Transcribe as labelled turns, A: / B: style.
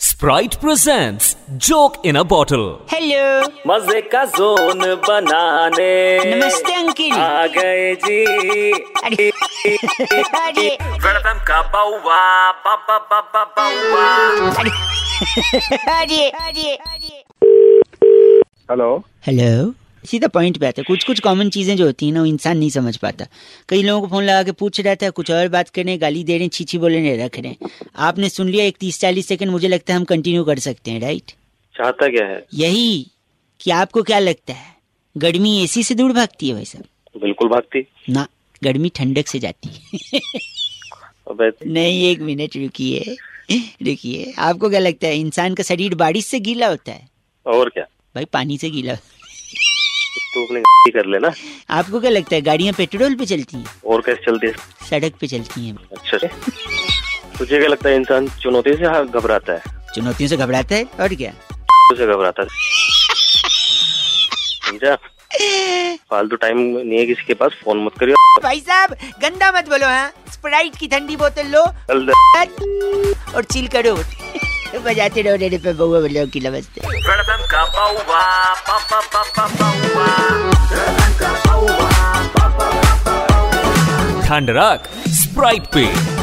A: Sprite presents Joke in a Bottle.
B: Hello
C: मजे का zone बनाने
B: नमस्ते अंकिल
C: आ गए जी
B: अरे अरे
C: वेलकम का बाउवा बाबा बाबा बाउवा
B: अरे अरे अरे
D: हेलो
B: हेलो सीधा पॉइंट पे आता है कुछ कुछ कॉमन चीजें जो होती हैं ना वो इंसान नहीं समझ पाता कई लोगों को फोन लगा के पूछ रहा था कुछ और बात कर रहे हैं गाली दे रहे हैं छीछी बोल रहे हैं रख रहे हैं आपने सुन लिया एक तीस चालीस सेकंड मुझे लगता है हम कंटिन्यू कर सकते हैं राइट
C: चाहता क्या है
B: यही कि आपको क्या लगता है गर्मी एसी से दूर भागती है भाई साहब
C: बिल्कुल भागती
B: ना गर्मी ठंडक से जाती है
C: अबे
B: नहीं एक मिनट रुकिए रुकिए आपको क्या लगता है इंसान का शरीर बारिश से गीला होता है
C: और क्या
B: भाई पानी से गीला
C: तू अपनी कर लेना
B: आपको क्या लगता है गाड़ियाँ पेट्रोल पे चलती हैं
C: और कैसे चलती है
B: सड़क पे चलती हैं
C: अच्छा तुझे क्या लगता है इंसान चुनौती से हाँ, घबराता है
B: चुनौतियों से घबराता है और क्या
C: उसे घबराता है समझा फालतू टाइम नहीं है किसी के पास फोन मत करियो
B: भाई साहब गंदा मत बोलो हाँ स्प्राइट की ठंडी बोतल लो
C: चल दे।
B: और चिल करो बजाते रहो रेडियो पे बउआ बजाओ की लबजते
A: ठंड रख Sprite पे